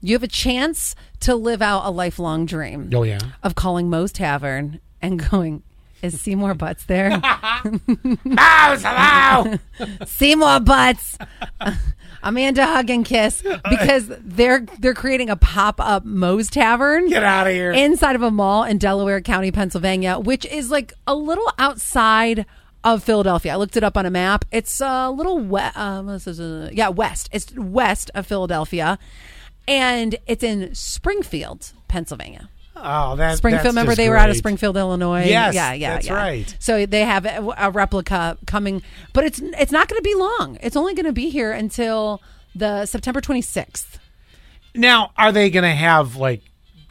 You have a chance to live out a lifelong dream Oh yeah. of calling Moe's Tavern and going, Is Seymour Butts there? Mouse, hello. Seymour Butts, Amanda Hug and Kiss, because they're they're creating a pop up Moe's Tavern Get out of here. inside of a mall in Delaware County, Pennsylvania, which is like a little outside of Philadelphia. I looked it up on a map. It's a little um, west. yeah, west. It's west of Philadelphia, and it's in Springfield, Pennsylvania. oh, that Springfield. That's remember, just they were out of great. Springfield, Illinois. Yes, yeah, yeah, that's yeah. right. So they have a a replica coming, but it's it's not going to be long. It's only going to be here until the September 26th. Now, are they going to have like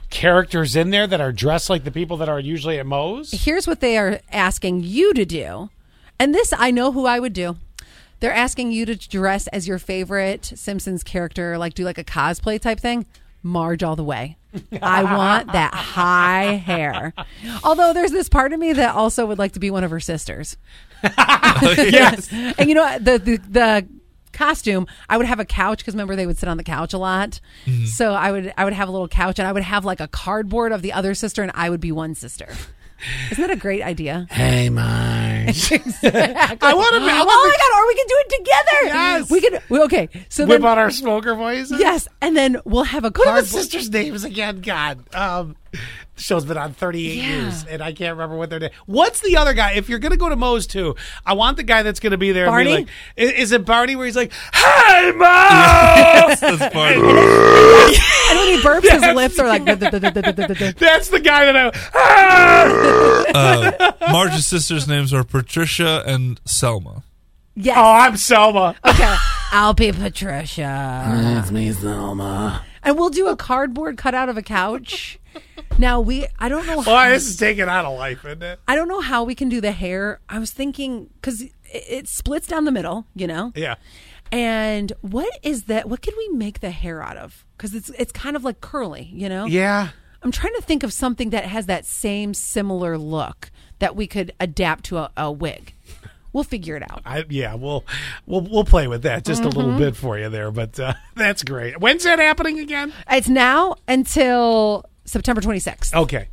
characters in there that are dressed like the people that are usually at Moe's? here's what they are asking you to do. And this, I know who I would do. They're asking you to dress as your favorite Simpsons character, like do like a cosplay type thing. Marge all the way. I want that high hair. Although there's this part of me that also would like to be one of her sisters. Oh, yes. And you know what? the the, the costume I would have a couch because remember they would sit on the couch a lot. Mm-hmm. So I would I would have a little couch and I would have like a cardboard of the other sister and I would be one sister. Isn't that a great idea? Hey, Marge. I want to. I Oh want my god! Or we can do it together. Yes. we could. we- Okay, so to whip then out our smoker voices. yes, and then we'll have a What are the cardboard. sisters' names again? God, um, the show's been on 38 Yeah. years, and I can't remember what their name. What's the other guy? If you're gonna go to Moe's too, I want the guy that's gonna be there. Barney? And be like, is, is it Barney? Where he's like, "Hey, Moe!" That's part. And when he burps, his lips are like. "Duh, duh, duh, duh, duh, duh, duh, duh." that's the guy that I. Ah! Marge's sisters' names are Patricia and Selma. Yes. Oh, I'm Selma. Okay. I'll be Patricia. Uh, And we'll do a cardboard cutout of a couch. Now we. I don't know. How, Boy, this is taking on a life, isn't it? I don't know how we can do the hair. I was thinking because it, it splits down the middle. You know. Yeah. And what is that? What could we make the hair out of? Because it's it's kind of like curly. You know. Yeah. I'm trying to think of something that has that same similar look that we could adapt to a, a wig. We'll figure it out. I, yeah, we'll we'll we'll play with that just a little bit for you there, but uh, that's great. When's that happening again? It's now until September 26th. Okay.